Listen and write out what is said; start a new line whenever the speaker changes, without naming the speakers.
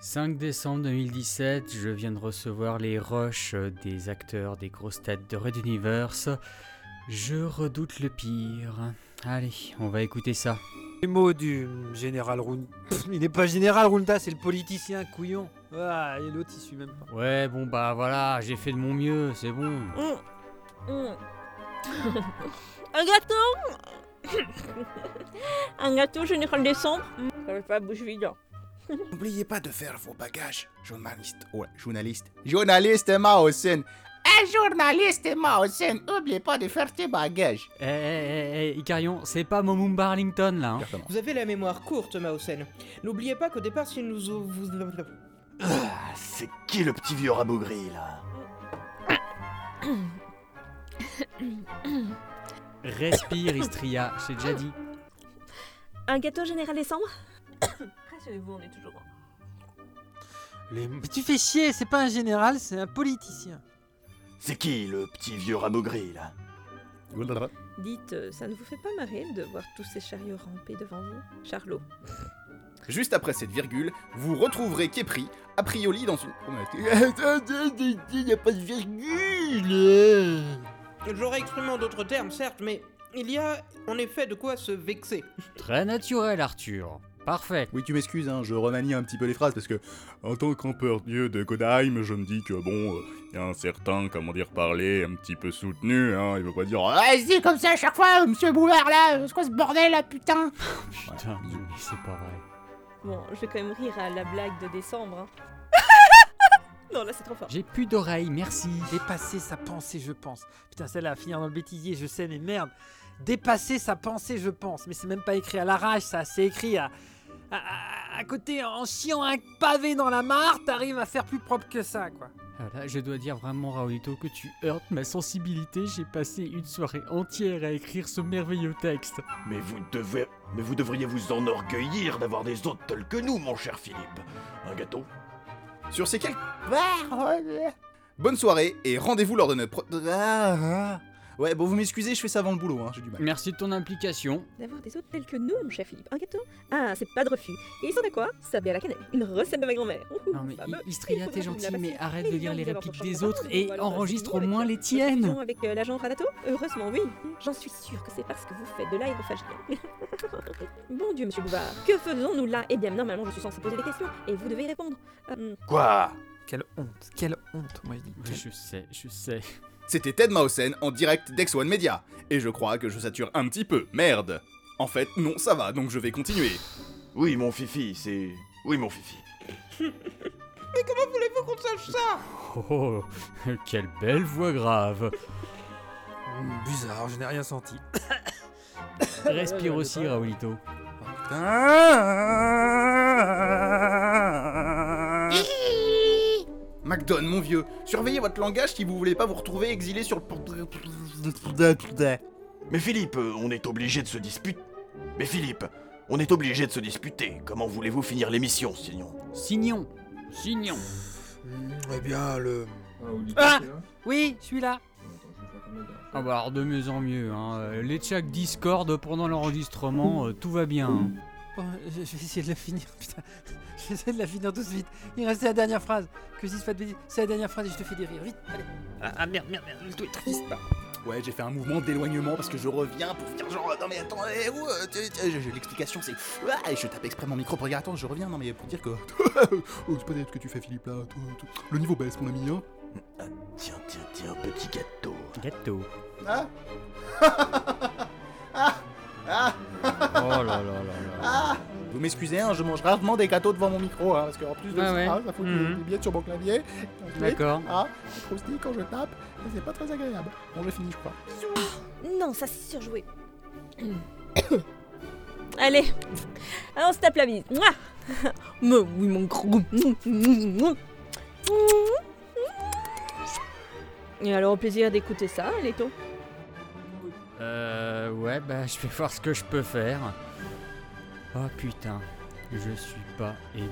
5 décembre 2017, je viens de recevoir les rushs des acteurs des grosses têtes de Red Universe. Je redoute le pire. Allez, on va écouter ça.
Les mots du général Runta. Il n'est pas général Runta, c'est le politicien couillon. Ah, et l'autre, il suit même pas.
Ouais, bon bah voilà, j'ai fait de mon mieux, c'est bon.
Mmh. Mmh. Un gâteau Un gâteau général décembre Mmh, Ça va pas bouche vide. hein.
N'oubliez pas de faire vos bagages, journaliste. Ouais, journaliste. Journaliste Maosen. Un journaliste Maosen, n'oubliez pas de faire tes bagages.
Eh, eh, eh, eh, Icarion, c'est pas Momum Barlington là. hein.
Exactement.
Vous avez la mémoire courte, Mausen. N'oubliez pas qu'au départ, si nous... au- vous-
Ah, C'est qui le petit vieux rabougri là
Respire Istria, j'ai déjà dit.
Un gâteau général décembre Rassurez-vous, on est toujours.
Les- Mais tu fais chier, c'est pas un général, c'est un politicien.
C'est qui le petit vieux rabougri là
Dites, euh, ça ne vous fait pas marrer de voir tous ces chariots ramper devant vous Charlot.
Juste après cette virgule, vous retrouverez Képri, a priori dans une. Oh, mais attendez, Il n'y a pas de virgule
J'aurais exprimé en d'autres termes, certes, mais il y a en effet de quoi se vexer.
Très naturel Arthur. Parfait.
Oui, tu m'excuses, hein, je remanie un petit peu les phrases parce que, en tant qu'empereur dieu de Godheim, je me dis que bon, il y a un certain, comment dire, parler un petit peu soutenu, hein, il veut pas dire Vas-y, comme ça à chaque fois, monsieur Boulard là, c'est quoi ce bordel là, putain
Putain, mais c'est pas vrai.
Bon, je vais quand même rire à la blague de décembre. hein. non, là c'est trop fort.
J'ai plus d'oreilles, merci.
Dépasser sa pensée, je pense. Putain, celle-là, à finir dans le bêtisier, je sais, mais merde. Dépasser sa pensée, je pense. Mais c'est même pas écrit à l'arrache, ça. C'est écrit à, à, à- à côté, en chiant un pavé dans la mare, t'arrives à faire plus propre que ça, quoi.
Ah Là, je dois dire vraiment, Raoulito, que tu heurtes ma sensibilité. J'ai passé une soirée entière à écrire ce merveilleux texte.
Mais vous devez. Mais vous devriez vous enorgueillir d'avoir des autres tels que nous, mon cher Philippe. Un gâteau
Sur ces quelques. Bonne soirée et rendez-vous lors de notre. pro- Ah, ah. Ouais, bon, vous m'excusez, je fais ça avant le boulot, hein, j'ai du mal.
Merci de ton implication.
D'avoir des autres tels que nous, mon cher Philippe. Un gâteau Ah, c'est pas de refus. Et ils sont de quoi Ça à la cannelle. Une recette de ma grand-mère. Ouhou,
Non mais
fameux.
I- Istria,
Il
t'es
faudra que vous
gentil,
la
mais
passiez
arrête de
millions
lire les
de dollars
répliques
pour
des
prendre
autres
votre
et
vol,
enregistre au
avec,
moins
euh,
les
votre
tiennes.
fusion Avec euh, l'agent Radato Heureusement, oui. J'en suis sûre que c'est parce que vous faites de l'aérophagie. bon Dieu, monsieur Bouvard, que faisons-nous là Eh bien, normalement, je suis censée poser des questions et vous devez y répondre. Euh,
Quoi
Quelle honte, quelle honte, moi, je dis.
Je sais, je sais.
C'était Ted Mausen en direct d'Ex One Media, et je crois que je sature un petit peu, merde En fait, non, ça va, donc je vais continuer.
Oui, mon fifi, c'est. Oui, mon fifi.
Voulez-vous qu'on sache ça
Oh, oh, quelle belle voix grave.
Hum, bizarre, je n'ai rien senti.
Respire aussi, Raoulito.
McDon, mon vieux, surveillez votre langage si vous voulez pas vous retrouver exilé sur le.
Mais Philippe, euh, on est obligé de se disputer. Mais Philippe, on est obligé de se disputer. Comment voulez-vous finir l'émission sinon
Signon. Signon.
Eh bien, le.
Ah Oui, je suis là.
Ah bah alors de mieux en mieux. Hein. Euh, Les chats Discord pendant l'enregistrement, euh, tout va bien. hein.
Bon, je, je vais essayer de la finir, putain. Je vais essayer de la finir tout de suite. Il restait la dernière phrase. Que si je dis pas de bêtises, c'est la dernière phrase et je te fais des rires. Vite, allez. Ah, ah, merde, merde, merde, le tout est triste.
Ouais, j'ai fait un mouvement d'éloignement parce que je reviens pour dire genre non mais attends, eh, où, euh, tu- tu- je- je- l'explication c'est Ah, et je tape exprès mon micro pour dire attends, je reviens non mais pour dire que
Oh, c'est pas net ce que tu fais, Philippe, là. Toi, toi. Le niveau baisse, mon ami, hein.
Tiens, tiens, tiens, petit gâteau.
Gâteau.
ah
Oh là là là là.
vous m'excusez, hein, je mange rarement des gâteaux devant mon micro hein, parce que en plus de
Ouais,
ça,
ouais.
ça fout
Mhm.
des- des billettes sur mon clavier.
D'accord.
Ah, je croustille quand je tape, et c'est pas très agréable. Bon, j'ai fini, je crois.
Non, ça c'est surjoué. Allez, on se tape la bise. Mouah Mais oui, mon gros. Et alors, au plaisir d'écouter ça, Leto.
Euh, ouais, bah je vais voir ce que je peux faire. Oh putain, je suis pas aidé.